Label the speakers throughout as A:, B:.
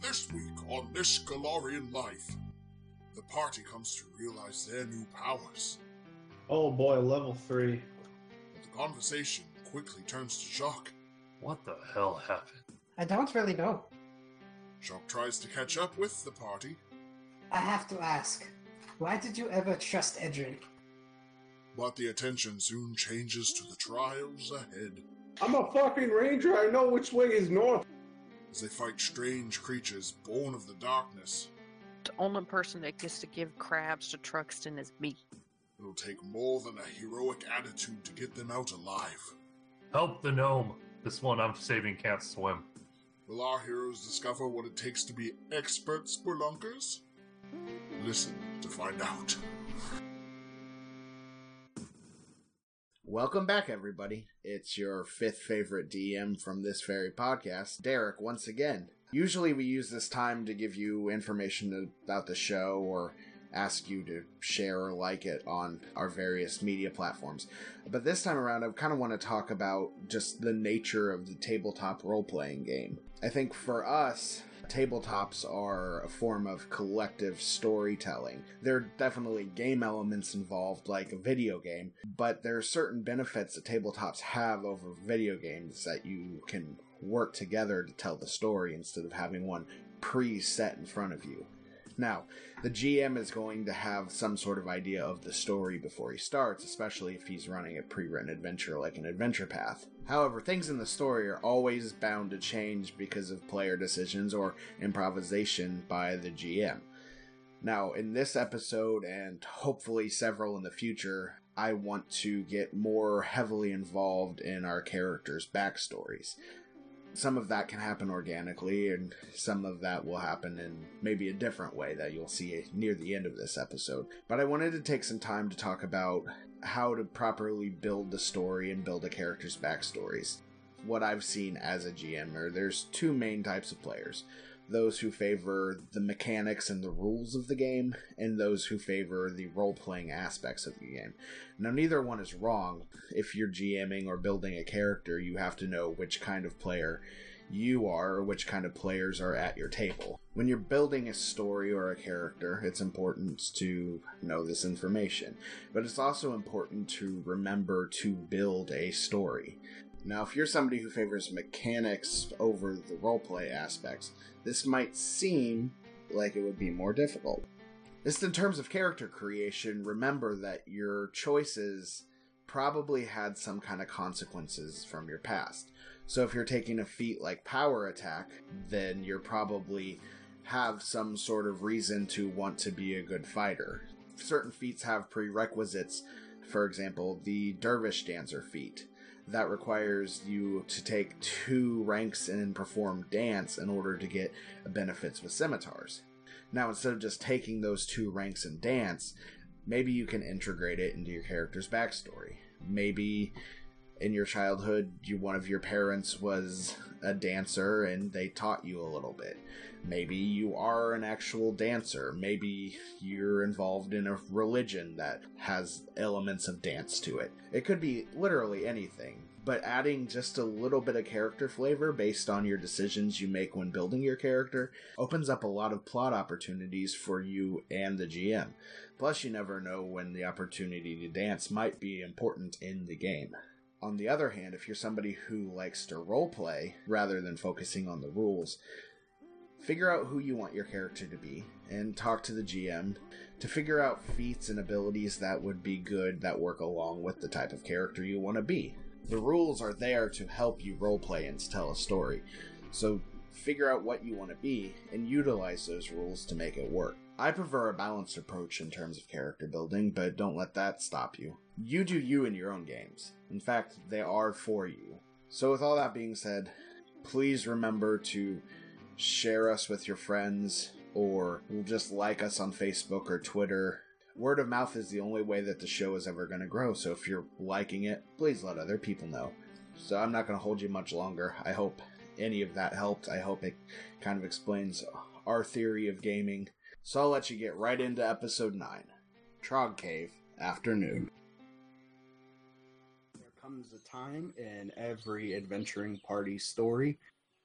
A: This week on This Galarian Life, the party comes to realize their new powers,
B: Oh boy, level three.
A: but the conversation quickly turns to Jacques.
C: What the hell happened?
D: I don't really know.
A: Jacques tries to catch up with the party.
D: I have to ask, why did you ever trust Edrin?
A: But the attention soon changes to the trials ahead
B: I'm a fucking ranger. I know which way is north.
A: as they fight strange creatures born of the darkness.
E: The only person that gets to give crabs to Truxton is me.
A: It'll take more than a heroic attitude to get them out alive.
C: Help the gnome! This one I'm saving can't swim.
A: Will our heroes discover what it takes to be expert spelunkers? Listen to find out.
F: Welcome back, everybody. It's your fifth favorite DM from this very podcast, Derek, once again. Usually, we use this time to give you information about the show or ask you to share or like it on our various media platforms. But this time around, I kind of want to talk about just the nature of the tabletop role playing game. I think for us, tabletops are a form of collective storytelling. There are definitely game elements involved, like a video game, but there are certain benefits that tabletops have over video games that you can work together to tell the story instead of having one preset in front of you. Now, the GM is going to have some sort of idea of the story before he starts, especially if he's running a pre written adventure like an adventure path. However, things in the story are always bound to change because of player decisions or improvisation by the GM. Now, in this episode, and hopefully several in the future, I want to get more heavily involved in our characters' backstories some of that can happen organically, and some of that will happen in maybe a different way that you'll see near the end of this episode. But I wanted to take some time to talk about how to properly build the story and build a character's backstories. What I've seen as a GM, or there's two main types of players those who favor the mechanics and the rules of the game, and those who favor the role playing aspects of the game. Now, neither one is wrong. If you're GMing or building a character, you have to know which kind of player you are or which kind of players are at your table. When you're building a story or a character, it's important to know this information, but it's also important to remember to build a story. Now, if you're somebody who favors mechanics over the roleplay aspects, this might seem like it would be more difficult. Just in terms of character creation, remember that your choices probably had some kind of consequences from your past. So if you're taking a feat like power attack, then you're probably have some sort of reason to want to be a good fighter. Certain feats have prerequisites, for example, the dervish dancer feat that requires you to take two ranks and perform dance in order to get benefits with scimitars. Now, instead of just taking those two ranks and dance, maybe you can integrate it into your character's backstory. Maybe in your childhood, you, one of your parents was a dancer and they taught you a little bit. Maybe you are an actual dancer. Maybe you're involved in a religion that has elements of dance to it. It could be literally anything, but adding just a little bit of character flavor based on your decisions you make when building your character opens up a lot of plot opportunities for you and the GM. Plus, you never know when the opportunity to dance might be important in the game. On the other hand, if you're somebody who likes to roleplay rather than focusing on the rules, figure out who you want your character to be and talk to the GM to figure out feats and abilities that would be good that work along with the type of character you want to be. The rules are there to help you roleplay and to tell a story. So figure out what you want to be and utilize those rules to make it work. I prefer a balanced approach in terms of character building, but don't let that stop you. You do you in your own games. In fact, they are for you. So, with all that being said, please remember to share us with your friends or just like us on Facebook or Twitter. Word of mouth is the only way that the show is ever going to grow, so if you're liking it, please let other people know. So, I'm not going to hold you much longer. I hope any of that helped. I hope it kind of explains our theory of gaming. So I'll let you get right into episode 9 Trog Cave Afternoon.
B: There comes a time in every adventuring party story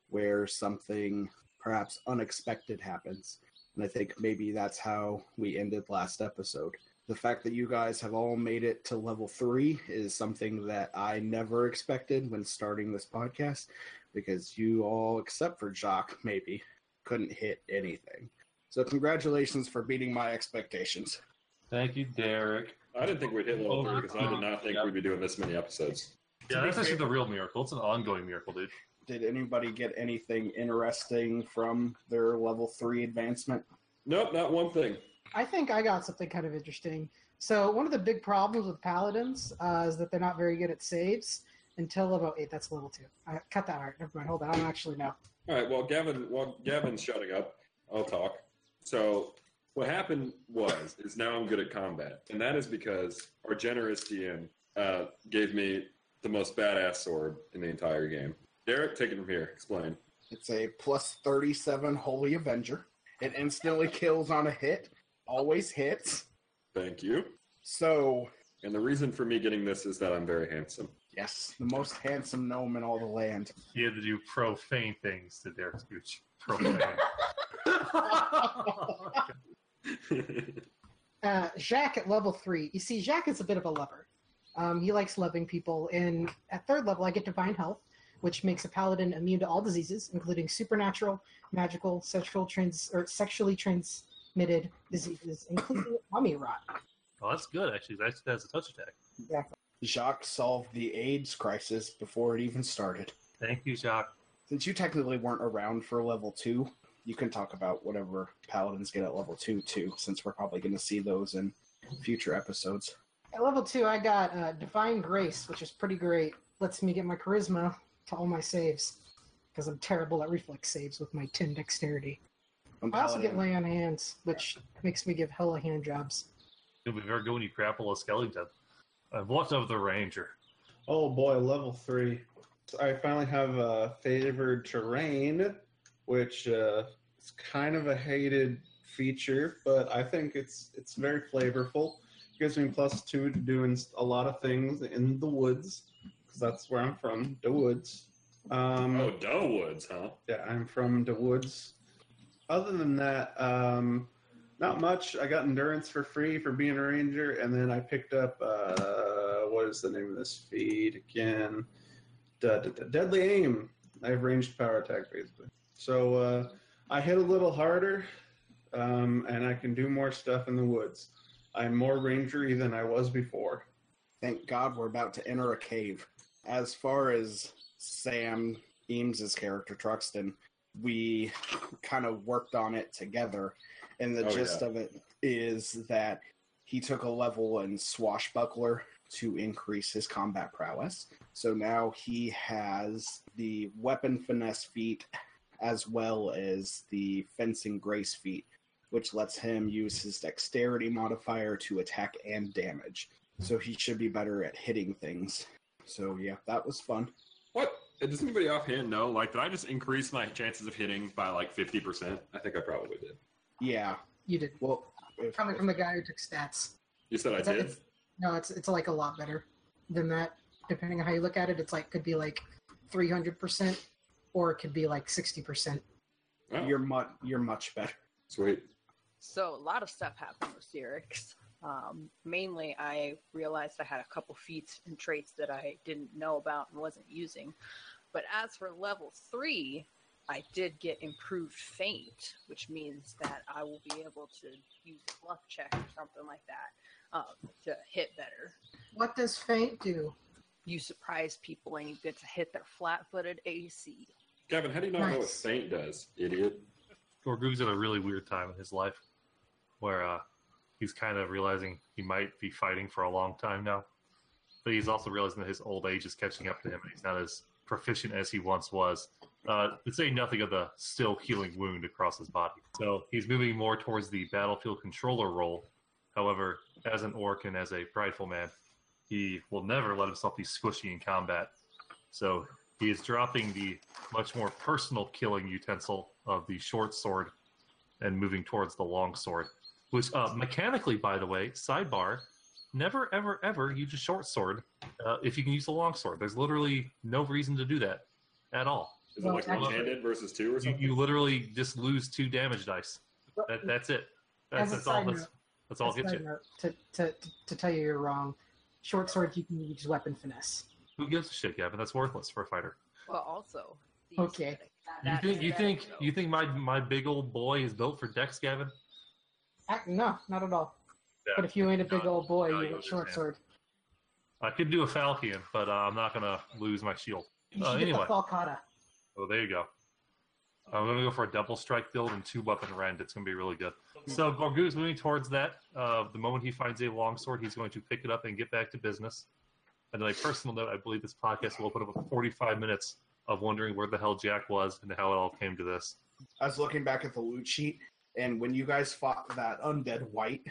B: where something perhaps unexpected happens. And I think maybe that's how we ended last episode. The fact that you guys have all made it to level three is something that I never expected when starting this podcast because you all, except for Jacques, maybe couldn't hit anything. So, congratulations for beating my expectations.
G: Thank you, Derek.
H: I didn't think we'd hit
C: Oh,
H: level three because I did not think
G: yeah.
H: we'd be doing this many episodes.
C: Yeah, that's actually the real miracle. It's an ongoing miracle, dude.
B: Did anybody get anything interesting from their level three advancement?
H: Nope, not one thing.
D: I think I got something kind of interesting. So one of the big problems with paladins uh, is that they're not very good at saves until about eight. That's level two. I cut that out. Never mind. Hold on. I don't actually know.
H: All right. Well, Gavin, while Gavin's shutting up, I'll talk. So, what happened was is now I'm good at combat, and that is because our generous DM uh, gave me the most badass sword in the entire game. Derek, take it from here. Explain.
B: It's a plus 37 Holy Avenger.
F: It instantly kills on a hit. Always hits.
H: Thank you.
F: So
H: And the reason for me getting this is that I'm very handsome.
F: yes,
B: The most handsome gnome in all the land.
C: You had to do profane things to Derek Scooch. Profane.
D: uh, Jacques at level three. You see, Jacques is a bit of a lover. Um, he likes loving people, and at third level, I get divine health, which makes a paladin immune to all diseases, including supernatural, magical, sexual trans or sexually transmitted diseases, including mummy rot.
C: oh, that's good, actually. That actually has a touch attack.
D: Exactly.
B: Jacques solved the AIDS crisis before it even started.
C: Thank you, Jacques.
B: Since you technically weren't around for level two, you can talk about whatever paladins get at level two, too, since we're probably going to see those in future episodes.
D: At level two, I got uh, divine grace, which is pretty great. Lets me get my charisma to all my saves because I'm terrible at reflex saves with my ten dexterity.
B: I'm
D: I also
B: paladin.
D: get lay on hands, which makes me give hella hand jobs.
C: It'll be very good when you grapple a skeleton. And what of the ranger?
B: Oh boy, level three. So I finally have a favored terrain, which uh, is kind of a hated feature, but I think it's it's very flavorful. Gives me plus two to doing a lot of things in the woods, because that's where I'm from, the woods. Um,
H: Oh, Doe Woods, huh?
B: yeah, I'm from the woods. Other than that, um, not much. I got endurance for free for being a ranger, and then I picked up uh, what is the name of this feed again? Da- da- da- deadly aim. I have ranged power attack basically. So uh, I hit a little harder, um, and I can do more stuff in the woods. I'm more rangery than I was before.
F: thank God we're about to enter a cave. As far as Sam Eames's character Truxton, we kind of worked on it together, and the
H: Oh,
F: gist
H: yeah.
F: of it is that he took a level in swashbuckler to increase his combat prowess. So now he has the weapon finesse feat as well as the fencing grace feat, which lets him use his dexterity modifier to attack and damage. So he should be better at hitting things. So yeah, that was fun.
H: What? Does anybody offhand know? Like, did I just increase my chances of hitting by like 50%? I think I probably did.
F: Yeah.
D: You did
F: Well, if,
D: coming from the guy who took stats.
H: You said I
D: Is that-
H: did?
D: No, it's it's like a lot better than that. Depending on how you look at it, it's like could be like three hundred percent, or it could be like sixty percent.
H: Oh,
F: you're much you're much better.
H: sweet.
E: So a lot of stuff happened with Xerix. Um, mainly, I realized I had a couple feats and traits that I didn't know about and wasn't using. But as for level three, I did get improved feint, which means that I will be able to use a bluff check or something like that um, to hit better.
D: What does faint do?
E: You surprise people and you get to hit their flat-footed AC.
H: Gavin, how do you not know what
D: Nice.
H: Saint does, idiot?
C: Gorgoog's at a really weird time in his life where uh, he's kind of realizing he might be fighting for a long time now. But he's also realizing that his old age is catching up to him and he's not as proficient as he once was. Uh, to say nothing of the still healing wound across his body. So he's moving more towards the battlefield controller role. However, as an orc and as a prideful man, he will never let himself be squishy in combat. So he is dropping the much more personal killing utensil of the short sword and moving towards the long sword, which uh, mechanically, by the way, sidebar, never, ever, ever use a short sword uh, if you can use a long sword. There's literally no reason to do that at all.
H: Is
D: Well,
H: it like
D: actually-
H: one-handed versus two or
C: You,
H: something?
C: you literally just lose two damage dice. That, that's it. That's,
D: As a
C: that's all.
D: side
C: That's, that's all.
D: As a
C: Hit
D: side
C: you.
D: note, To, to, to tell you you're wrong, short sword you can use weapon finesse.
C: Who gives a shit, Gavin? That's worthless for a fighter.
I: Well, also. the
D: Okay.
I: aesthetic.
C: You
I: That
C: think you
I: aesthetic,
C: think
I: though.
C: you think my my big old boy is built for Dex, Gavin?
D: Ac no, not at all.
C: Yeah.
D: But if you ain't a big
C: No,
D: old boy,
C: no, you
D: you're a short
C: understand.
D: sword.
C: I could do a Falcon, but uh, I'm not gonna lose my shield.
D: You
C: Uh,
D: should
C: anyway,
D: get the falcata.
C: oh there you go. Uh, I'm gonna go for a double strike build and two weapon rend. It's gonna be really good. So Gorgu's moving towards that. Uh, the moment he finds a longsword, he's going to pick it up and get back to business. And on a personal note, I believe this podcast will put up 45 minutes of wondering where the hell Jack was and how it all came to this.
F: I was looking back at the loot sheet, and when you guys fought that undead white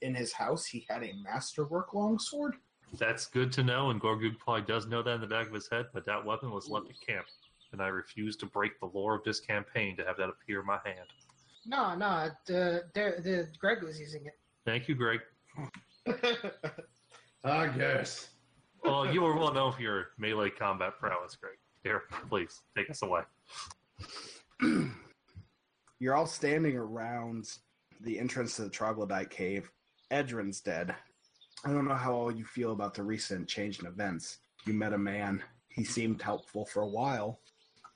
F: in his house, he had a masterwork longsword.
C: That's good to know, and Gorgug probably does know that in the back of his head, but that weapon was left at camp, and I refuse to break the lore of this campaign to have that appear in my hand.
D: No, no, the, the, the Greg was using it.
C: Thank you, Greg.
B: I guess.
C: Well, you are well known for your melee combat prowess, Greg. Here, please, take us away.
F: You're all standing around the entrance to the troglodyte cave. Edrin's dead. I don't know how all you feel about the recent change in events. You met a man. He seemed helpful for a while,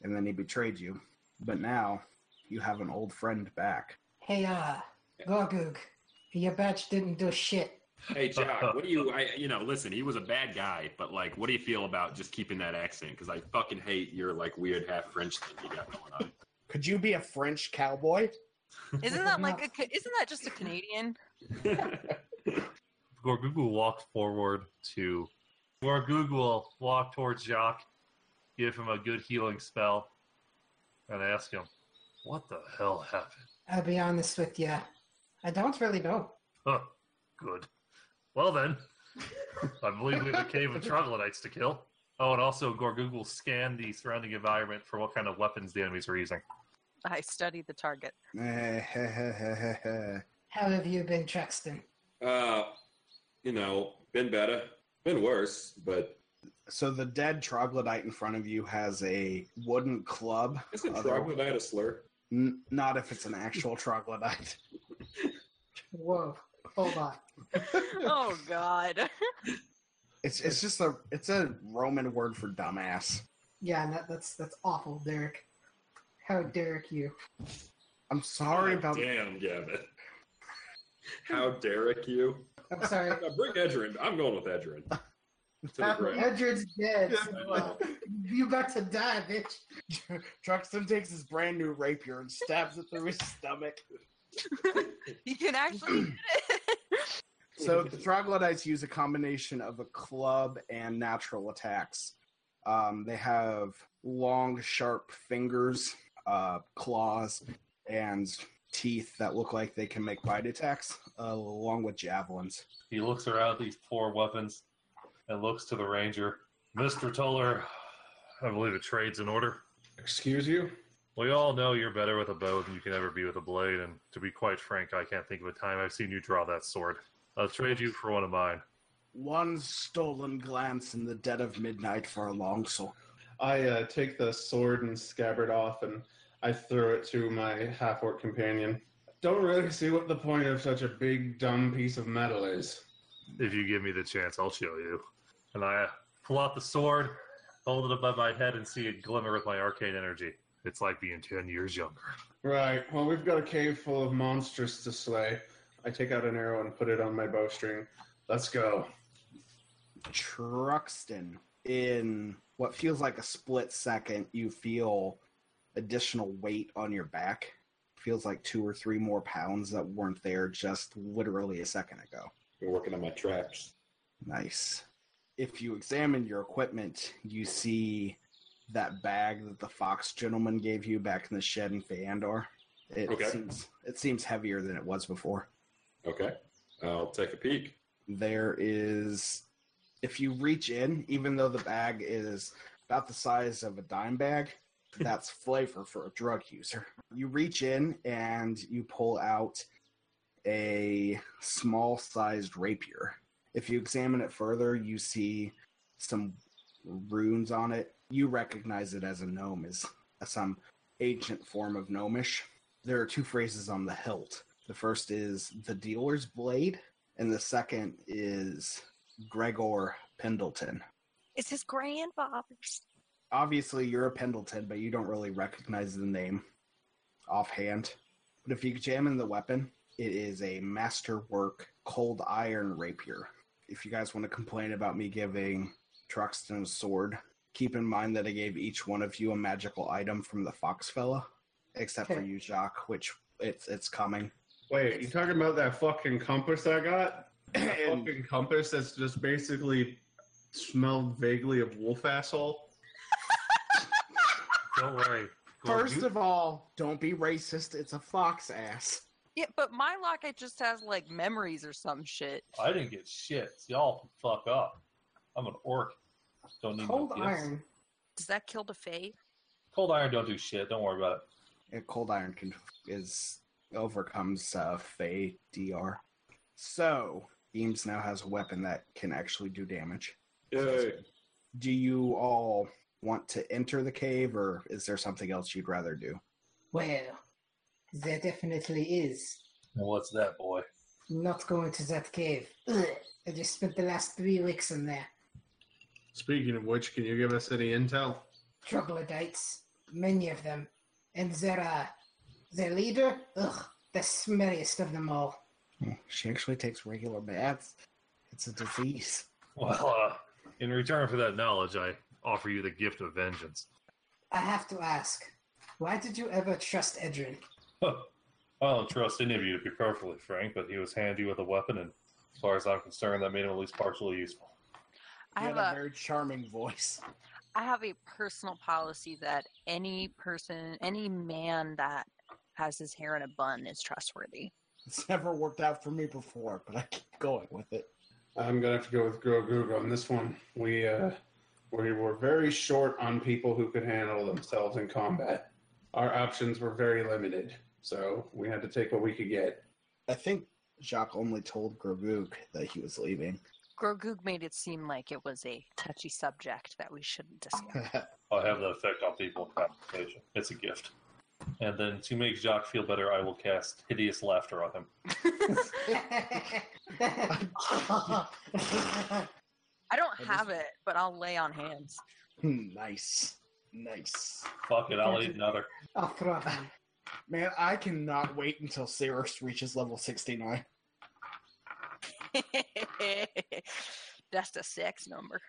F: and then he betrayed you. But now you have an old friend back.
J: Hey, uh, Gorgug, your batch didn't do shit.
H: Hey, Jock, what do you, I, you know, listen, he was a bad guy, but like, what do you feel about just keeping that accent? Because I fucking hate your like weird half French thing you got going on.
F: Could you be a French cowboy?
I: Isn't that like a? Ca- Isn't that just a Canadian?
C: Gorgug will walk forward to. Gorgug will walk towards Jacques, give him a good healing spell, and ask him, What the hell happened?
D: I'll be honest with you. I don't really know.
C: Huh, good. Well then, I believe we have a cave of troglodytes to kill. Oh, and also Gorgug will scan the surrounding environment for what kind of weapons the enemies are using.
I: I studied the target.
D: How have you been, Truxton?
H: Uh, you know, been better, been worse, but
F: so the dead troglodyte in front of you has a wooden club.
H: isn't
F: Other-
H: troglodyte a slur?
F: N- not if it's an actual troglodyte.
D: Whoa, hold on.
I: Oh God.
F: It's it's just a it's a Roman word for dumbass.
D: Yeah, and that, that's that's awful, Derek. How dare you?
F: I'm sorry
H: Oh,
F: about
H: Damn, Gavin. How Derek you?
D: I'm sorry.
H: Uh, bring Edrin. I'm going with Edrin. To the grave.
D: Edred's dead. so, uh, you got to die, bitch.
F: Truxton takes his brand new rapier and stabs it through his stomach.
I: You can actually get it.
F: So the troglodytes use a combination of a club and natural attacks. Um, they have long, sharp fingers, uh, claws, and teeth that look like they can make bite attacks, uh, along with javelins.
C: He looks around at these four weapons and looks to the ranger. Mr. Toller, I believe it trades in order.
B: Excuse you?
C: We all know you're better with a bow than you can ever be with a blade, and to be quite frank, I can't think of a time I've seen you draw that sword. I'll trade you for one of mine.
F: One stolen glance in the dead of midnight for a long soul.
B: I uh, take the sword and scabbard off and I throw it to my half orc companion. Don't really see what the point of such a big, dumb piece of metal is.
C: if you give me the chance, I'll show you. And I pull out the sword, hold it above my head, and see it glimmer with my arcane energy. It's like being 10 years younger.
B: Right, well, we've got a cave full of monsters to slay. I take out an arrow and put it on my bowstring. Let's go.
F: Truxton, in what feels like a split second, you feel additional weight on your back. Feels like two or three more pounds that weren't there just literally a second ago.
H: Been working on my traps.
F: Nice. If you examine your equipment, you see that bag that the fox gentleman gave you back in the shed in Feandor. It
H: Okay.
F: seems it seems heavier than it was before.
H: Okay. I'll take a peek.
F: there is if you reach in even though the bag is about the size of a dime bag that's flavor for a drug user you reach in and you pull out a small sized rapier if you examine it further you see some runes on it you recognize it as a gnome's some ancient form of gnomish. There are two phrases on the hilt. The first is the dealer's blade, and the second is Gregor Pendleton.
E: It's his grandfather's.
F: Obviously, you're a Pendleton, but you don't really recognize the name offhand. But if you examine the weapon, it is a masterwork cold iron rapier. If you guys want to complain about me giving Truxton a sword, keep in mind that I gave each one of you a magical item from the Fox fella, except for
B: Okay.
F: you, Jacques, which it's it's coming.
B: Wait, you talking about that fucking compass I got? That
F: And-
B: fucking compass that's just basically smelled vaguely of wolf asshole.
C: Don't worry.
F: First of all, don't be racist. It's a fox ass.
E: Yeah, but my locket just has like memories or some shit.
C: I didn't get shit. So y'all can fuck up. I'm an orc. Don't need no gifts.
E: Does that kill the fae?
C: Cold iron don't do shit. Don't worry about it.
F: Yeah, cold iron can, is overcomes uh, Fey DR. So Eames now has a weapon that can actually do damage.
H: Yay.
F: Do you all want to enter the cave, or is there something else you'd rather do?
D: Well,
J: There definitely is.
C: What's that, boy?
J: Not going to that cave. Ugh. I just spent the last three weeks in there.
B: Speaking of which, can you give us any intel?
J: Troglodytes, many of them. And their, uh, their leader, ugh, the smelliest of them all.
F: She actually takes regular baths. It's a disease.
C: Well, uh, in return for that knowledge, I offer you the gift of vengeance.
J: I have to ask, why did you ever trust Edrin?
C: I don't trust any of you to be perfectly frank, but he was handy with a weapon, and as far as I'm concerned, that made him at least partially useful.
E: I
F: You
E: have
F: had
E: a
F: a very charming voice.
E: I have a personal policy that any person, any man that has his hair in a bun is trustworthy.
F: It's never worked out for me before, but I keep going with it.
B: I'm gonna have to go with Grogu on this one. We uh, we were very short on people who could handle themselves in combat. Our options were very limited, so we had to take what we could get.
F: I think Jacques only told Gravuk that he was leaving.
E: Grogoog made it seem like it was a touchy subject that we shouldn't discuss.
C: I have that effect on people in conversation. It's a gift. And then to make Jacques feel better, I will cast hideous laughter on him.
E: I don't have it, but I'll lay on hands.
F: Hmm, nice. Nice.
C: Fuck it, I'll eat another.
J: I'll throw it on.
F: Man, I cannot wait until Cyrus reaches level 69.
E: That's the sex number.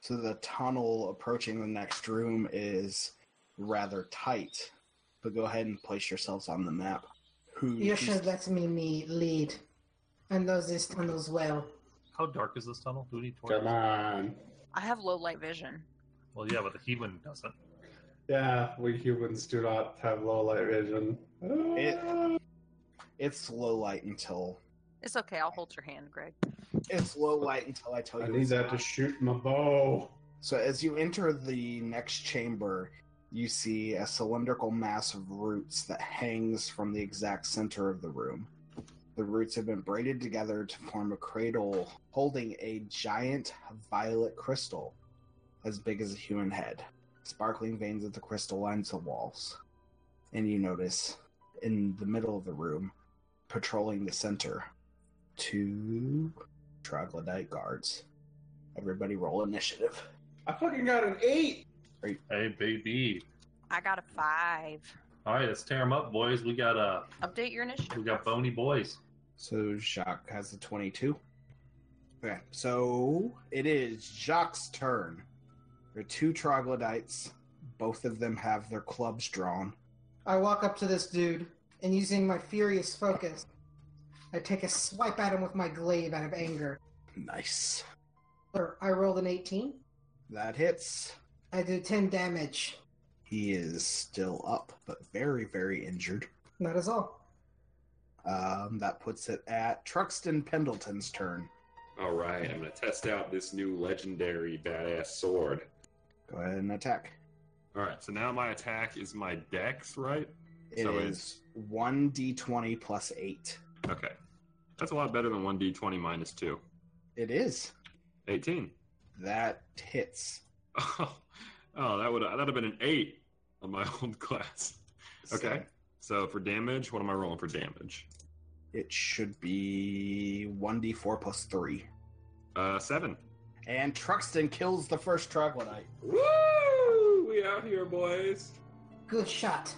F: so the tunnel approaching the next room is rather tight, but go ahead and place yourselves on the map. Who
J: You should let me, me lead. I know these tunnels well.
C: How dark is this tunnel? Do we need torches?
B: Come on.
E: I have low light vision.
C: Well, yeah, but the human doesn't.
B: Yeah, we humans do not have low light vision.
F: It- it's low light until
E: It's okay. I'll hold your hand, Greg.
F: it's low light until I tell you.
B: I need that to shoot my bow.
F: So as you enter the next chamber, you see a cylindrical mass of roots that hangs from the exact center of the room. The roots have been braided together to form a cradle holding a giant violet crystal as big as a human head. Sparkling veins of the crystal lines the walls. And you notice in the middle of the room, patrolling the center, two troglodyte guards. Everybody roll initiative.
B: I fucking got an eight.
C: Hey, baby.
E: I got a five.
C: All right, let's tear him up, boys. We got uh,
E: Update your initiative.
C: we got bony boys.
F: So Jacques has the 22. Okay, so it is Jacques' turn. There are two troglodytes. Both of them have their clubs drawn.
D: I walk up to this dude and using my furious focus, I take a swipe at him with my glaive out of anger.
F: Nice.
D: Or I rolled an 18.
F: That hits.
D: I do 10 damage.
F: He is still up, but very, very injured.
D: That is all.
F: Um, that puts it at Truxton Pendleton's turn.
H: All right, I'm going to test out this new legendary badass sword.
F: Go ahead and attack.
H: All right, so now my attack is my dex, right?
F: It
H: So
F: is 1d20 plus 8.
H: Okay. That's a lot better than 1d20 minus 2.
F: It is.
H: 18.
F: That hits.
H: Oh, Oh, that would that'd have been an eight on my old class. Okay. So for damage, what am I rolling for damage?
F: It should be 1d4 plus 3.
H: Uh, 7.
F: And Truxton kills the first troglodyte.
H: Woo! We out here, boys.
J: Good shot.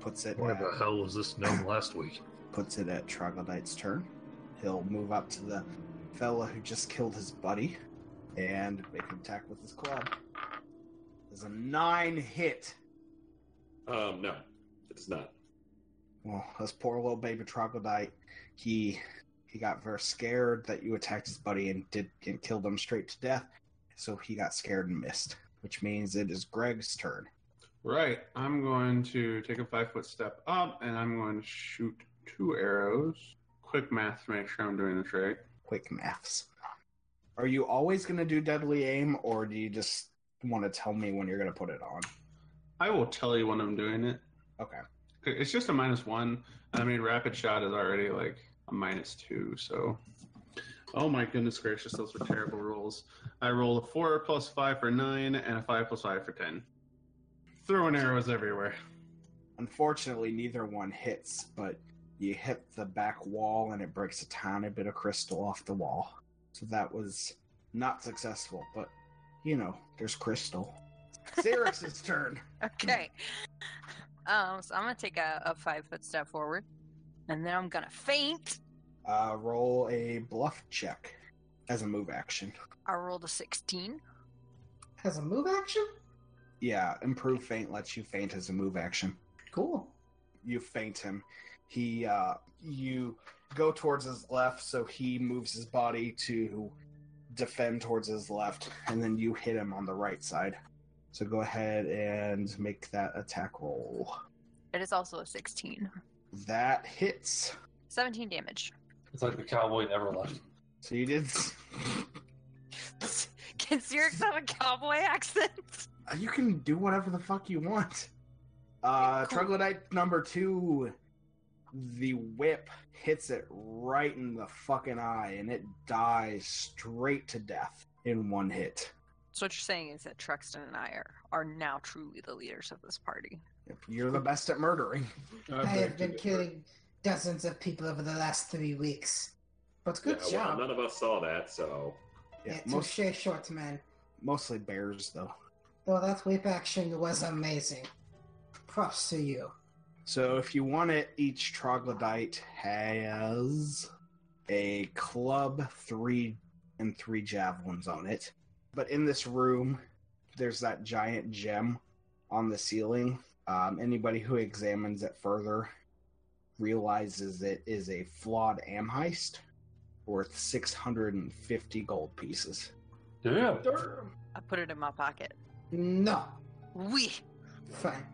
F: Puts it.
C: Where
F: at-
C: the hell was this gnome last week?
F: Puts it at troglodyte's turn. He'll move up to the fella who just killed his buddy, and make an attack with his club. There's a nine hit.
H: Um, no, it's not.
F: Well, this poor little baby troglodyte, he he got very scared that you attacked his buddy and did and killed him straight to death. So he got scared and missed, which means it is Greg's turn.
B: Right. I'm going to take a five foot step up and I'm going to shoot two arrows. Quick math to make sure I'm doing this right.
F: Quick maths. Are you always going to do deadly aim, or do you just want to tell me when you're going to put it on?
B: I will tell you when I'm doing it.
F: Okay.
B: It's just a minus one. I mean, rapid shot is already like a minus two, so. Oh my goodness gracious, those were terrible rolls. I rolled a four plus five for nine and a five plus five for ten. Throwing arrows everywhere.
F: Unfortunately, neither one hits, but you hit the back wall and it breaks a tiny bit of crystal off the wall. So that was not successful, but you know, there's crystal. Xerx's turn.
E: Okay. Um, so I'm gonna take a, a five foot step forward, and then I'm gonna faint.
F: Uh, roll a bluff check as a move action.
E: I rolled a 16.
J: As a move action?
F: Yeah, improve faint lets you faint as a move action.
J: Cool.
F: You faint him. He, uh, you go towards his left, so he moves his body to defend towards his left, and then you hit him on the right side. So go ahead and make that attack roll.
E: It is also a 16.
F: That hits.
E: 17 damage.
C: It's like the cowboy never left.
F: So you did.
E: Can Xerix have a cowboy accent?
F: You can do whatever the fuck you want. Uh, Troglodyte number two, the whip hits it right in the fucking eye, and it dies straight to death in one hit.
E: So what you're saying is that Truxton and I are, are now truly the leaders of this party.
F: You're the best at murdering.
J: I have been killing dozens of people over the last three weeks. But good
H: yeah,
J: job.
H: Well, none of us saw that, so
F: Yeah,
J: yeah,
F: most,
J: touche, short man.
F: mostly bears though.
J: Though that whip action was amazing. Props to you.
F: So if you want it, each troglodyte has a club, three and three javelins on it. But in this room, there's that giant gem on the ceiling. Um, anybody who examines it further realizes it is a flawed amheist worth 650 gold pieces.
C: Damn.
E: I put it in my pocket.
J: No.
E: We.
J: Fine.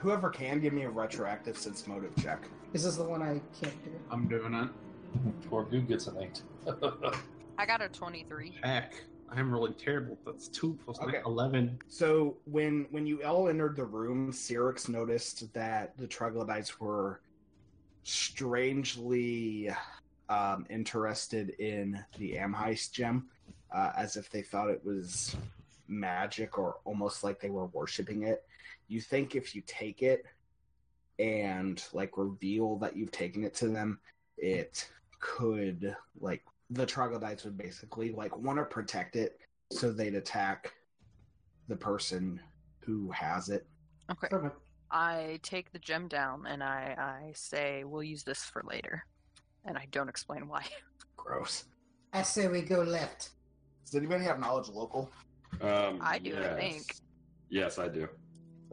F: Whoever can, give me a retroactive sense motive check.
J: This is the one I can't do.
B: I'm doing it.
C: Poor Goo gets an eight.
E: I got a 23.
B: Heck, I'm rolling terrible. That's two plus nine,
F: Okay.
B: 11.
F: So when when you all entered the room, Cyrix noticed that the troglodytes were strangely um, interested in the Amheist gem, uh, as if they thought it was magic or almost like they were worshiping it. You think if you take it and like reveal that you've taken it to them, it could like the troglodytes would basically like want to protect it, so they'd attack the person who has it.
E: Okay.
J: Perfect.
E: I take the gem down and I, I say, we'll use this for later. And I don't explain why.
F: Gross.
J: I say we go left.
F: Does anybody have knowledge local?
H: um,
E: I do, I
H: yes.
E: think.
H: Yes, I do.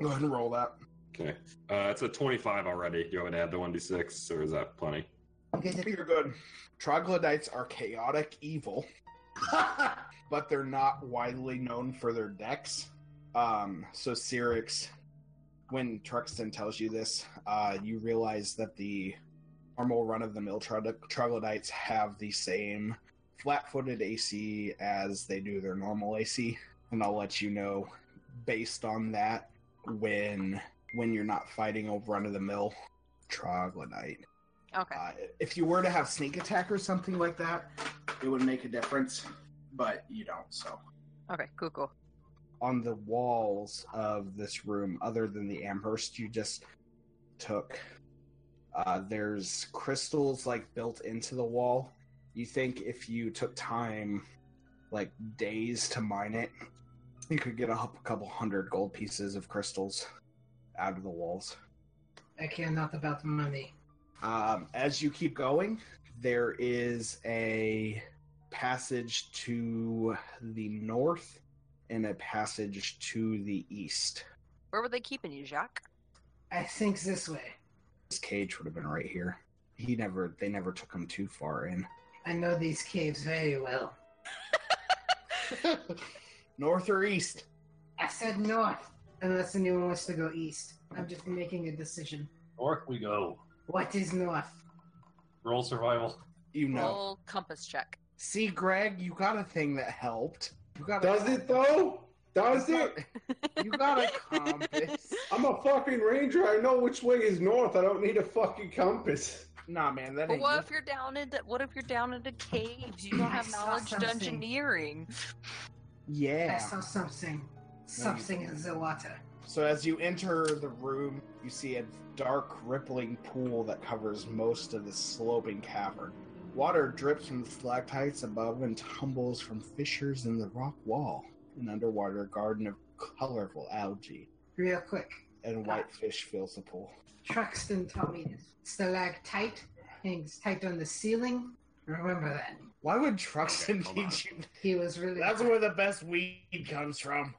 F: Go ahead and roll that.
H: Okay, uh, it's a twenty-five already. Do you want me to add the one d six, or is that plenty?
J: You get it?
F: You're good. Troglodytes are chaotic evil, but they're not widely known for their decks. Um, so Cyrix, when Truxton tells you this, uh, you realize that the normal run-of-the-mill trog- troglodytes have the same flat-footed AC as they do their normal AC, and I'll let you know based on that when when you're not fighting a run-of-the-mill troglodyte.
E: Okay.
F: Uh, if you were to have sneak attack or something like that, it would make a difference, but you don't. So
E: Okay, cool, cool.
F: on the walls of this room, other than the Amherst you just took, uh, there's crystals like built into the wall. You think if you took time, like days to mine it, you could get a hu- couple hundred gold pieces of crystals out of the walls.
D: I care not about money.
F: Um, as you keep going, there is a passage to the north and a passage to the east.
E: Where were they keeping you, Jacques?
D: I think this way.
F: His cage would have been right here. He never, they never took him too far in.
D: I know these caves very well.
F: North or east?
D: I said north, unless anyone wants to go east. I'm just making a decision.
C: North we go.
D: What is north?
C: Roll survival.
F: You
E: Roll compass check.
F: See, Greg, you got a thing that helped. You got a,
B: Does it though? Does it?
F: You got a compass.
B: I'm a fucking ranger. I know which way is north. I don't need a fucking compass.
F: nah, man, that
E: But
F: ain't.
E: what if you're down in the, what if you're down in the caves? You don't
D: I
E: have
D: saw
E: knowledge
D: something.
E: dungeoneering.
D: I
F: Yeah.
D: saw something. Something in the water.
F: So as you enter the room, you see a dark, rippling pool that covers most of the sloping cavern. Water drips from the stalactites above and tumbles from fissures in the rock wall, an underwater garden of colorful algae,
D: Real quick.
F: and white fish fills the pool.
D: Truxton taught me this. Stalactite hangs tight on the ceiling. Remember that.
F: Why would Truxton teach you?
D: He was really.
F: That's where the best weed comes from.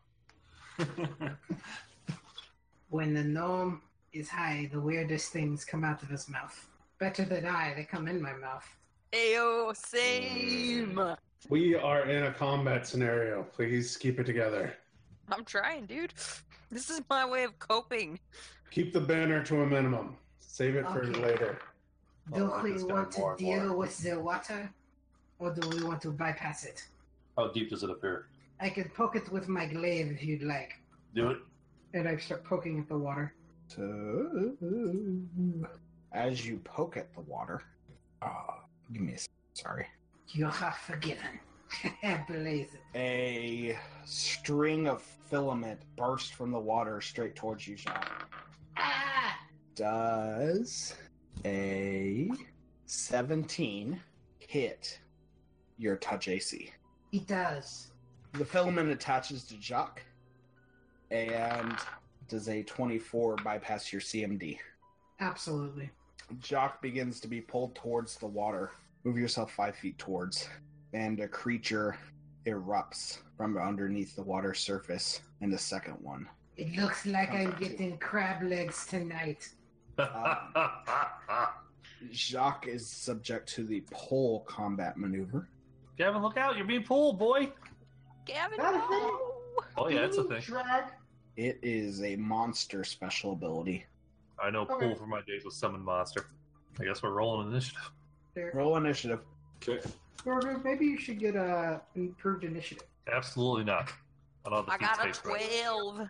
D: When the gnome is high, the weirdest things come out of his mouth. Better than I, they come in my mouth.
E: Ayo, same.
B: We are in a combat scenario. Please keep it together.
E: I'm trying, dude. This is my way of coping.
B: Keep the banner to a minimum. Save it for
D: Okay.
B: later.
F: Oh,
D: Do
C: like
D: we
C: this guy
D: want
C: more
D: to
C: and
D: deal
C: more.
D: with the water, or do we want to bypass it?
C: How deep does it appear?
D: I can poke it with my glaive if you'd like.
C: Do it.
D: And I start poking at the water.
F: So, as you poke at the water, oh, give me a s- sorry.
D: You are forgiven. Blaze it.
F: A string of filament bursts from the water straight towards you, Sean.
D: Ah!
F: Does a 17 hit your touch AC?
D: It does.
F: The filament attaches to Jacques and does a 24 bypass your CMD.
D: Absolutely.
F: Jock begins to be pulled towards the water. Move yourself five feet towards, and a creature erupts from underneath the water surface, and a second one.
D: It looks like
F: Comes
D: I'm
F: up to you.
D: getting crab legs tonight.
F: Jacques is subject to the pole combat maneuver.
C: Gavin, look out! You're being pulled, boy.
E: Gavin,
D: That is
E: no!
C: Oh yeah, it's a thing.
D: Drag.
F: It is a monster special ability.
C: I know
D: Okay.
C: pool from my days with summon monster. I guess we're rolling initiative.
D: There.
F: Roll initiative.
H: Okay.
D: Gorgo, maybe you should get uh, improved initiative.
C: Absolutely not. I, don't know
E: I
C: if the feats
E: got a
C: taste right.
E: twelve.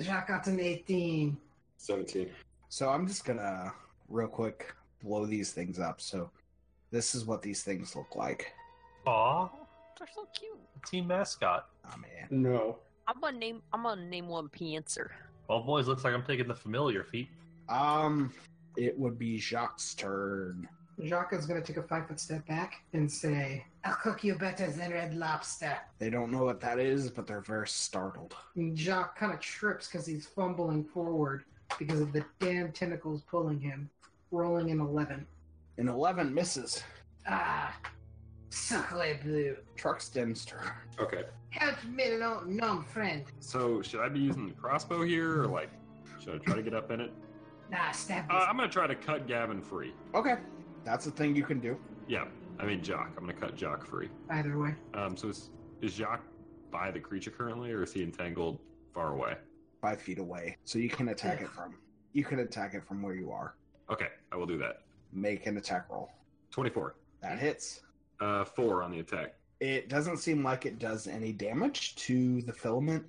D: Jacques got an 18.
H: 17.
F: So I'm just gonna real quick blow these things up. So this is what these things look like.
C: Aw,
E: They're so cute.
C: team mascot.
F: Oh man.
B: No.
E: I'm gonna name. I'm gonna name one Panzer.
C: Well, boys, looks like I'm taking the familiar feat.
F: Um, it would be Jacques' turn.
D: Jacques is going to take a five foot step back and say, I'll cook you better than red lobster.
F: They don't know what that is, but they're very startled.
D: And Jacques kind of trips because he's fumbling forward because of the damn tentacles pulling him, rolling an 11.
F: An 11 misses.
D: Ah, suckle blue.
F: Truxton's turn.
H: Okay.
D: Help me, lo- gnome friend.
H: So should I be using the crossbow here, or like, should I try to get up in it?
D: Nah, stab
H: Uh,
D: this.
H: I'm gonna try to cut Gavin free.
F: Okay. That's a thing you can do.
H: Yeah. I mean Jock. I'm gonna cut Jock free.
D: Either way.
H: Um. So is is Jock by the creature currently, or is he entangled far away?
F: Five feet away. So you can attack it from. You can attack it from where you are.
H: Okay. I will do that.
F: Make an attack roll.
H: 24.
F: That hits.
H: Uh, four on the attack.
F: It doesn't seem like it does any damage to the filament,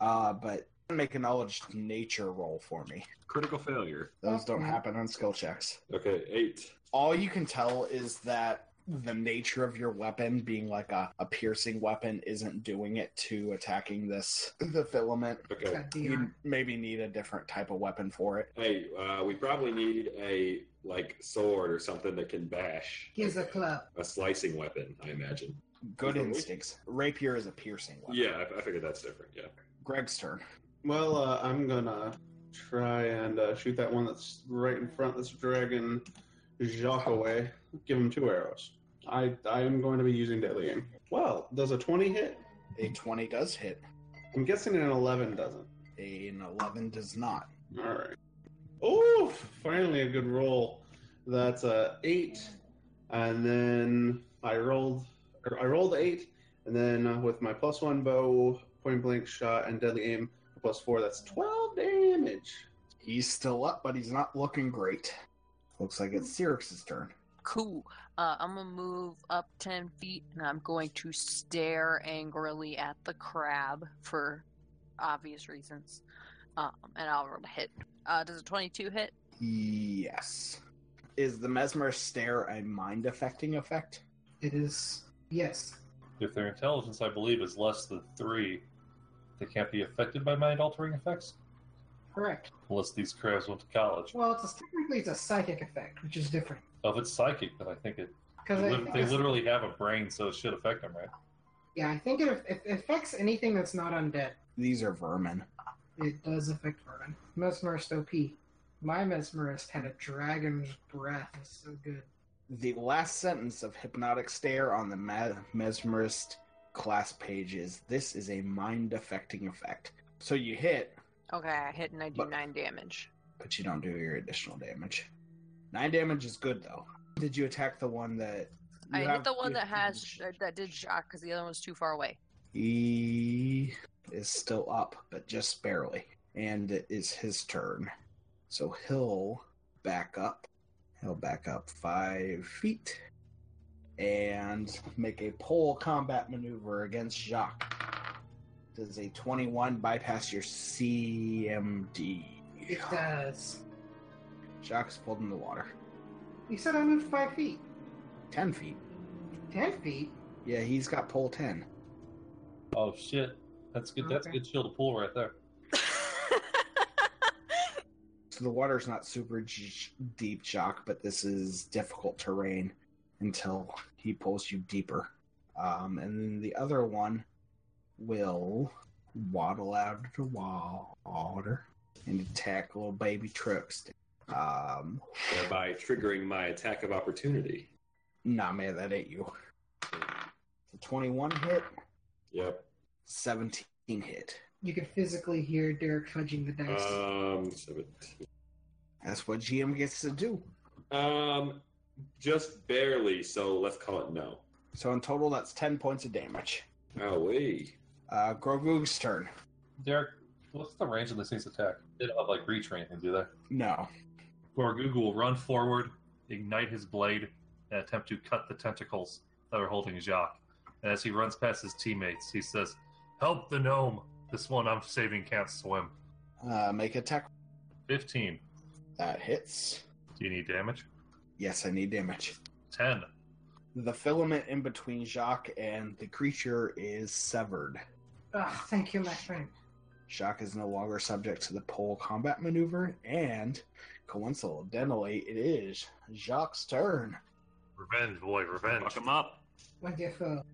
F: uh, but make a knowledge nature roll for me.
H: Critical failure.
F: Those don't
D: Okay.
F: happen on skill checks.
H: Okay. Eight.
F: All you can tell is that the nature of your weapon being like a, a piercing weapon isn't doing it to attacking this the filament.
H: Okay.
F: You maybe need a different type of weapon for it.
H: Hey, uh, we probably need a like sword or something that can bash.
J: Here's a club.
H: A slicing weapon, I imagine.
F: Good instincts. Rapier is a piercing weapon.
H: Yeah, I, I figured that's different. Yeah.
F: Greg's turn.
B: Well, uh, I'm gonna try and uh, shoot that one that's right in front. That's dragging Jacques away. Give him two arrows. I I am going to be using deadly aim. Well, does a twenty hit?
F: A twenty does hit.
B: I'm guessing an eleven doesn't.
F: An eleven does not.
B: All right. Oh, finally a good roll. That's a eight, and then I rolled. Or I rolled eight, and then uh, with my plus one bow, point blank shot, and deadly aim plus four. That's twelve damage.
F: He's still up, but he's not looking great. Looks like it's Cyrix's turn.
E: Cool. Uh, I'm gonna move up ten feet, and I'm going to stare angrily at the crab for obvious reasons. Um, and I'll roll to hit. Uh, does a 22 hit?
F: Yes. Is the mesmer stare a mind affecting effect?
D: It is. Yes.
C: If their intelligence, I believe, is less than three, they can't be affected by mind altering effects
D: Correct.
C: unless these crabs went to college.
D: Well, it's a, technically it's a psychic effect, which is different.
C: Oh, if it's psychic, then I think it.
D: 'Cause
C: they,
D: I
C: lit-
D: think
C: they
D: it's-
C: literally have a brain, so it should affect them, right?
D: Yeah, I think it, it affects anything that's not undead.
F: These are vermin.
D: It does affect vermin. Mesmerist OP. My mesmerist had a dragon's breath. It's so good.
F: The last sentence of Hypnotic Stare on the ma- mesmerist class page is this is a mind affecting effect. So you hit,
E: Okay, I hit and I do
F: But-
E: nine damage.
F: but you don't do your additional damage. Nine damage is good though. Did you attack the one that you
E: I
F: have-
E: hit the one
F: you-
E: that has that, that did shock because the other one was too far away.
F: He is still up, but just barely. And it is his turn. So he'll back up. He'll back up five feet and make a pole combat maneuver against Jacques. Does a 21 bypass your CMD?
D: It does.
F: Jacques pulled in the water.
D: You said I moved five feet.
F: 10 feet.
D: Ten feet?
F: Yeah, he's got pole 10.
C: Oh shit, that's good. That's a
D: Okay.
C: good shield to pull right there.
F: So the water's not super j- deep, Jock, but this is difficult terrain until he pulls you deeper. Um, and then the other one will waddle out of the wa- water and attack little baby Trooks. Um,
H: Thereby triggering my attack of opportunity.
F: nah, man, that ain't you. The 21 hit,
H: Yep.
F: 17 hit.
D: You can physically hear Derek fudging the dice.
C: Uh,
H: Um, seventeen.
F: That's what GM gets to do.
H: um, just barely. So let's call it no.
F: So in total, that's 10 points of damage.
H: Oh wait.
F: Uh, Grogu's turn.
C: Derek, what's the range of this thing's attack? They don't have like reach or anything, do they?
F: No.
C: Gorgugu will run forward, ignite his blade, and attempt to cut the tentacles that are holding Jacques. And as he runs past his teammates, he says, "Help the gnome! This one I'm saving can't swim."
F: Uh, make attack.
C: Fifteen.
F: That hits.
C: Do you need damage?
F: Yes, I need damage.
C: Ten.
F: The filament in between Jacques and the creature is severed.
D: Ugh, Ah, thank you, my friend.
F: Jacques is no longer subject to the pole combat maneuver, and coincidentally, it is Jacques' turn.
C: Revenge, boy, revenge.
K: Fuck him up.
D: Wonderful.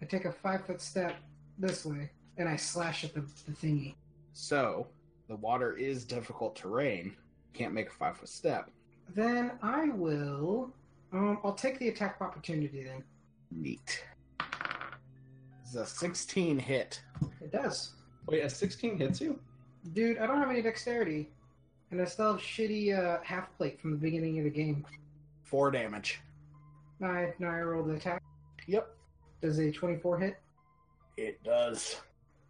D: I take a five foot step this way and I slash at the, the thingy.
F: So, the water is difficult terrain. Can't make a five foot step.
D: Then I will. Um, I'll take the attack of opportunity then.
F: Neat. It's a 16 hit.
D: It does.
B: Wait, a sixteen hits you?
D: Dude, I don't have any dexterity. And I still have shitty uh, half plate from the beginning of the game.
F: Four damage.
D: I, now I roll the attack.
F: Yep.
D: Does a 24 hit?
F: It does.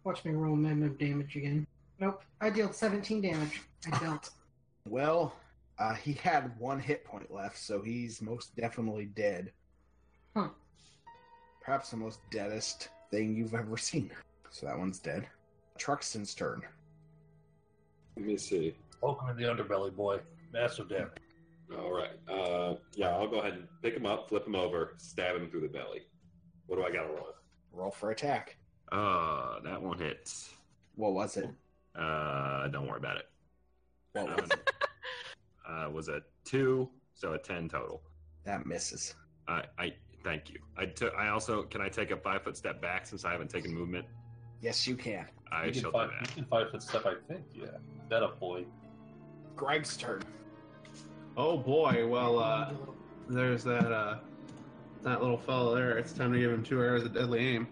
D: Watch me roll none of damage again. Nope. I dealt 17 damage. I dealt.
F: Well, uh, he had one hit point left, so he's most definitely dead.
D: Huh.
F: Perhaps the most deadest thing you've ever seen. So that one's dead. Truxton's turn.
H: Let me see.
C: Welcome to the underbelly, boy. Massive damage.
H: All right. Uh, yeah, I'll go ahead and pick him up, flip him over, stab him through the belly. What do I got to roll?
F: Roll for attack.
K: Uh, that one hits.
F: What was it?
K: Uh, don't worry about it.
F: What
K: was it? Uh, was a two, so a ten total.
F: That misses.
K: I, I thank you. I took. I also can I take a five foot step back since I haven't taken movement.
F: Yes, you can.
K: I
C: you can
K: shall
C: five,
K: do that.
C: You can five foot step, I think. Yeah, Is that a boy.
F: Greg's turn.
B: Oh boy, well uh there's that uh that little fellow there. It's time to give him two arrows of deadly aim.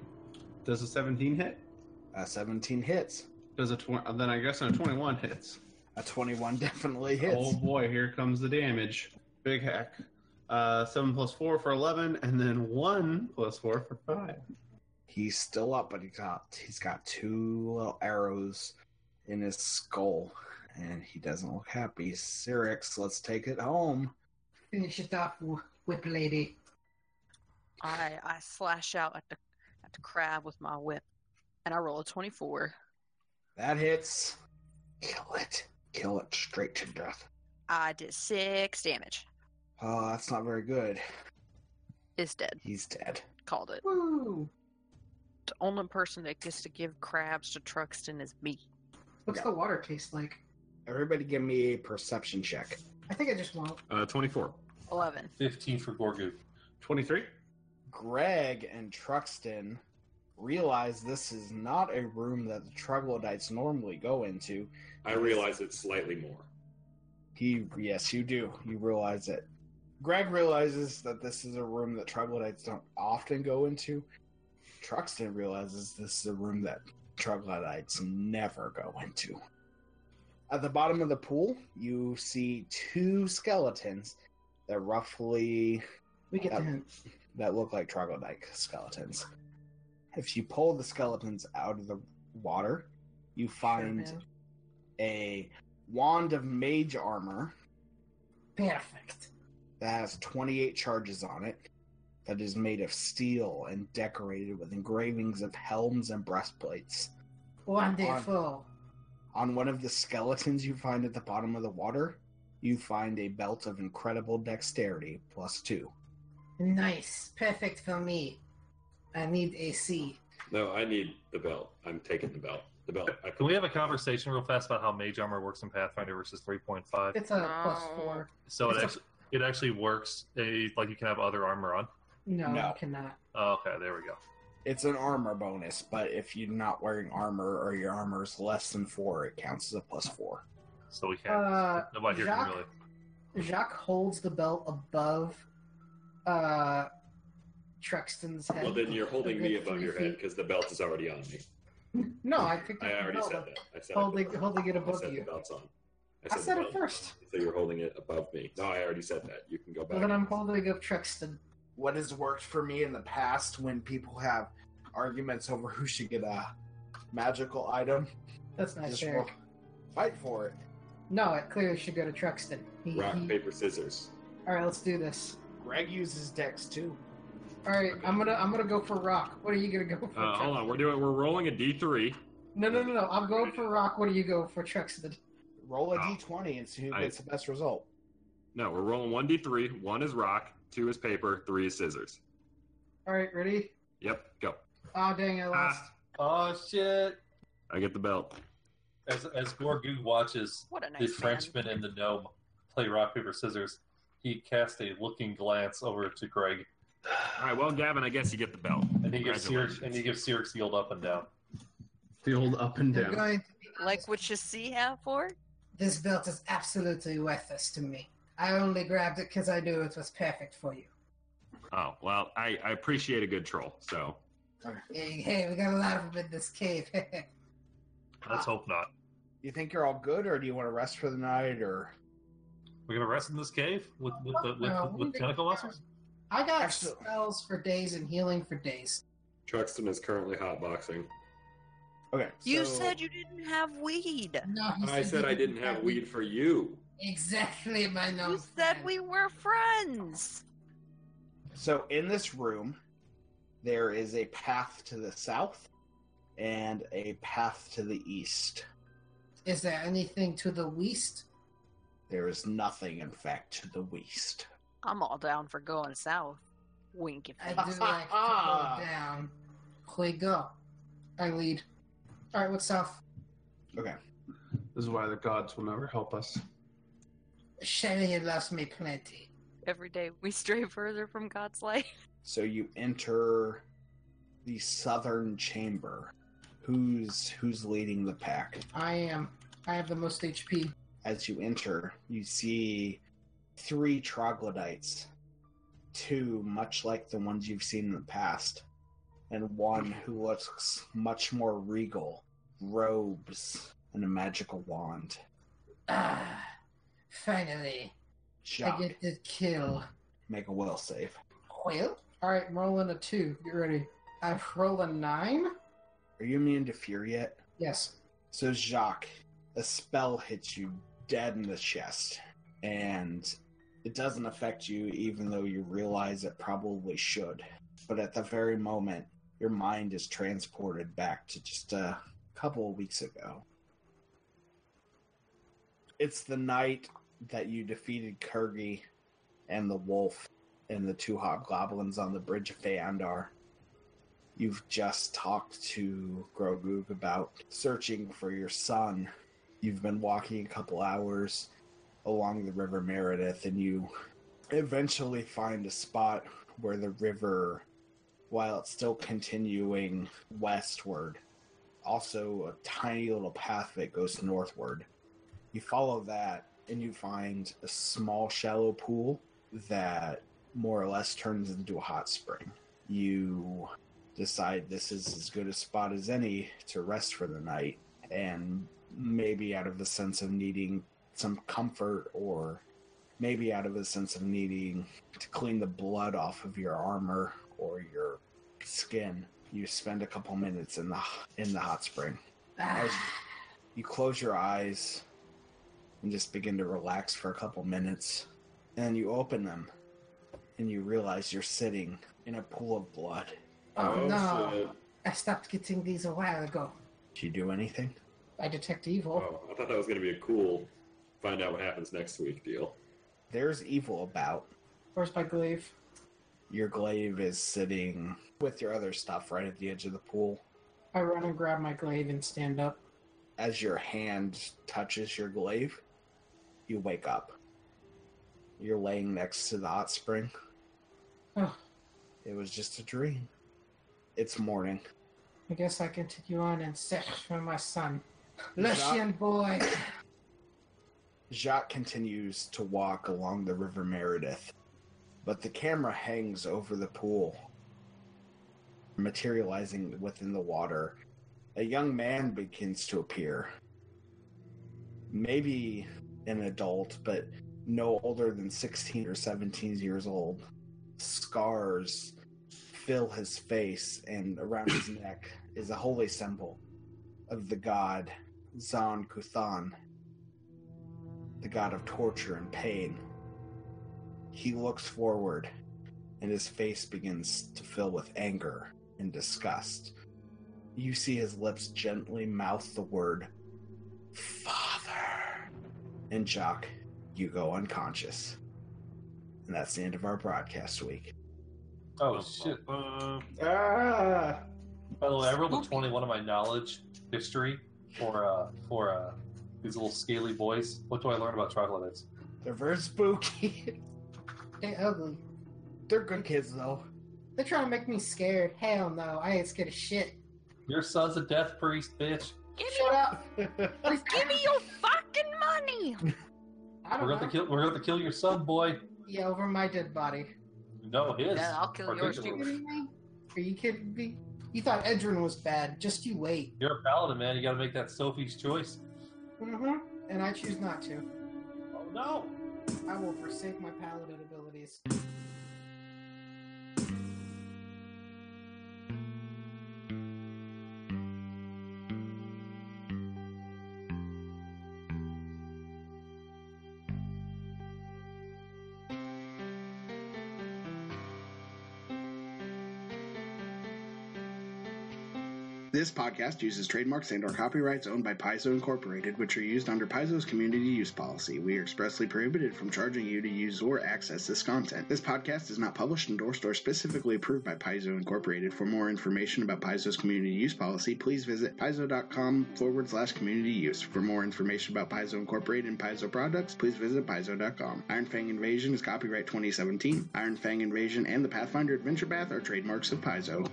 B: Does a 17 hit?
F: Uh, 17 hits.
B: Does a tw- then I guess a 21 hits.
F: A 21 definitely hits.
B: Oh boy, here comes the damage. Big hack. Uh, 7 plus 4 for 11 and then 1 plus 4 for 5.
F: He's still up, but he got he's got two little arrows in his skull, and he doesn't look happy. Cyrix, let's take it home.
J: Finish it off, wh- whip lady.
E: I I slash out at the at the crab with my whip, and I roll a twenty-four.
F: That hits. Kill it. Kill it straight to death.
E: I did six damage.
F: Oh, that's not very good.
E: Is dead.
F: He's dead.
E: Called it.
D: Woo!
E: The only person that gets to give crabs to Truxton is me.
D: What's the water taste like?
F: Everybody give me a perception check.
D: I think I just won't.
K: Uh, twenty four.
E: Eleven.
C: 15 for Gorgu.
B: 23?
F: Greg and Truxton realize this is not a room that the troglodytes normally go into.
H: I realize it's slightly more.
F: He, yes, you do. You realize it. Greg realizes that this is a room that troglodytes don't often go into. Truxton realizes this is a room that troglodytes never go into. At the bottom of the pool, you see two skeletons that roughly
D: We get the hint.
F: that look like troglodyte skeletons. If you pull the skeletons out of the water, you find
J: Sure do.
F: a wand of mage armor
J: Perfect.
F: that has 28 charges on it that is made of steel and decorated with engravings of helms and breastplates.
J: Wonderful.
F: On one of the skeletons you find at the bottom of the water, you find a belt of incredible dexterity plus two.
J: Nice. Perfect for me. I need AC.
H: No, I need the belt. I'm taking the belt. The belt. I
C: Can we have a conversation real fast about how mage armor works in Pathfinder versus 3.5?
D: It's a plus four.
C: so it
D: it's a-
C: actually, it actually works. eh, like you can have other armor on.
D: No,
F: No.
D: I cannot.
C: Oh, okay, there we go.
F: It's an armor bonus, but if you're not wearing armor or your armor is less than four, it counts as a plus four.
C: So we can't.
D: Uh,
C: nobody here
D: Jacques-
C: can really.
D: Jacques holds the belt above uh, Truxton's head.
H: Well, then you're holding me
D: A good
H: above
D: three
H: your head
D: feet.
H: because the belt is already on me.
D: No, I picked up
H: I
D: the
H: already
D: belt
H: said
D: up-
H: that. I said
D: Holding,
H: it above.
D: holding it
H: I
D: above
H: said
D: you.
H: the belt's on.
D: I
H: the
D: said it
H: belt-
D: first.
H: So you're holding it above me. No, I already said that. You can go
D: Well, then
H: back.
D: I'm holding up Truxton.
F: What has worked for me in the past when people have arguments over who should get a magical item?
D: That's not
F: Just
D: fair.
F: roll- fight for it.
D: No, it clearly should go to Truxton. He,
H: Rock,
D: he-
H: paper, scissors.
D: All right, let's do this.
F: Greg uses dex too.
D: All right, I'm gonna I'm gonna go for Rock. What are you gonna go for?
K: Uh, hold
D: Truxton?
K: on, we're doing. We're rolling a D three.
D: No, no, no, no. I'm going for Rock. What do you go for Truxton?
F: Roll a
K: Oh.
F: d20 and see who
K: I-
F: gets the best result.
K: No, we're rolling one D three. One is rock, two is paper, three is scissors.
D: All right, ready?
K: Yep, go.
D: Ah, dang, I lost.
C: Oh, shit.
K: I get the belt.
C: As, as Gorgu watches
E: What a nice
C: the
E: man.
C: Frenchman and the gnome play rock, paper, scissors, he casts a looking glance over to Greg,
K: All right, well, Gavin, I guess you get the belt.
C: and he gives Search, and he gives Search yield up and down.
B: The old up and
J: I'm
B: down.
J: going to be honest.
E: Like what you see half for?
J: This belt is absolutely worthless to me. I only grabbed it because I knew it was perfect for you.
K: Oh well, I, I appreciate a good troll. So
J: Hey, hey, we got a lot of them in this cave.
C: Let's hope not.
F: You think you're all good, or do you want to rest for the night, or
C: We're gonna rest in this cave with with the, with,
D: No,
C: with
D: we-
C: tentacle monsters.
D: I got
F: Absolutely.
D: spells for days and healing for days.
H: Truxton is currently hotboxing.
F: okay?
E: You
F: so-
E: said you didn't have weed.
J: No, he
H: I said
J: he
H: I didn't have weed for you.
J: Exactly, my note.
E: You said we were friends.
F: So in this room, there is a path to the south and a path to the east.
J: Is there anything to the west?
F: There is nothing, in fact, to the west.
E: I'm all down for going south. Wink if
J: I do like to go down. Juego. I lead. All right, what's south?
F: Okay.
B: This is why the gods will never help us.
J: Shelly loves me plenty.
E: Every day we stray further from God's light.
F: So you enter the southern chamber. Who's who's leading the pack?
D: I am. I have the most HP.
F: As you enter, you see three troglodytes. Two much like the ones you've seen in the past, and one who looks much more regal, robes and a magical wand.
J: Ah, finally.
F: Shock.
J: I get to kill.
F: Make a will save.
J: Well,
D: All right, rolling a two. Get ready. I roll a nine.
F: Are you immune to fear yet?
D: Yes.
F: So, Jacques, a spell hits you dead in the chest, and it doesn't affect you, even though you realize it probably should. But at the very moment, your mind is transported back to just a couple of weeks ago. It's the night that you defeated Kurgi and the wolf and the two hobgoblins on the bridge of Feandar. You've just talked to Grogu about searching for your son. You've been walking a couple hours along the River Meredith, and you eventually find a spot where the river, while it's still continuing westward, also a tiny little path that goes northward. You follow that, and you find a small, shallow pool that more or less turns into a hot spring. You decide this is as good a spot as any to rest for the night, and maybe out of a sense of needing some comfort, or maybe out of a sense of needing to clean the blood off of your armor or your skin, you spend a couple minutes in the in the hot spring.
D: Ah,
F: As you close your eyes and just begin to relax for a couple minutes, and then you open them, and you realize you're sitting in a pool of blood.
J: oh,
H: Oh,
J: no.
H: shit.
J: I stopped getting these a while ago.
F: Did you do anything?
D: I detect evil.
H: Oh, I thought that was going to be a cool find out what happens next week deal.
F: There's evil about.
D: Where's my glaive?
F: Your glaive is sitting with your other stuff right at the edge of the pool.
D: I run and grab my glaive and stand up.
F: As your hand touches your glaive, you wake up. You're laying next to the hot spring.
D: Oh.
F: It was just a dream. It's morning.
D: I guess I continue on and search for my son.
J: Lucian boy.
F: Jacques continues to walk along the River Meredith, but the camera hangs over the pool, materializing within the water. A young man begins to appear. Maybe an adult, but no older than 16 or 17 years old. Scars fill his face, and around his neck is a holy symbol of the god Zan Kuthan the god of torture and pain. He looks forward, and his face begins to fill with anger and disgust. You see his lips gently mouth the word, Father. And Jock, you go unconscious. And that's the end of our broadcast week.
L: Oh shit! Uh,
B: Ah!
L: by the way, I rolled a twenty-one of my knowledge history for uh for uh these little scaly boys. What do I learn about troglodytes?
F: They're very spooky.
D: They ugly.
F: They're good kids, though.
D: They're trying to make me scared. Hell no, I ain't scared of shit.
L: Your son's a death priest, bitch.
E: Give
D: Shut up!
E: me, give me your fucking money.
D: I
L: We're
D: don't
L: going to
D: know.
L: kill. We're going to kill your son, boy.
D: Yeah, over my dead body.
L: No, his.
E: Yeah, I'll kill yours
D: Are you
L: particularly.
E: too.
D: kidding me? Are you kidding me? You thought Edrin was bad. Just you wait.
L: You're a paladin, man. You got to make that Sophie's choice.
D: Mm-hmm. And I choose not to.
L: Oh no!
D: I will forsake my paladin abilities.
M: This podcast uses trademarks and/or copyrights owned by Paizo Incorporated, which are used under Paizo's community use policy. We are expressly prohibited from charging you to use or access this content. This podcast is not published, endorsed, or specifically approved by Paizo Incorporated. For more information about Paizo's community use policy, please visit paizo.com forward slash community use. For more information about Paizo Incorporated and Paizo products, please visit paizo.com. Iron Fang Invasion is copyright 2017. Iron Fang Invasion and the Pathfinder Adventure Path are trademarks of Paizo.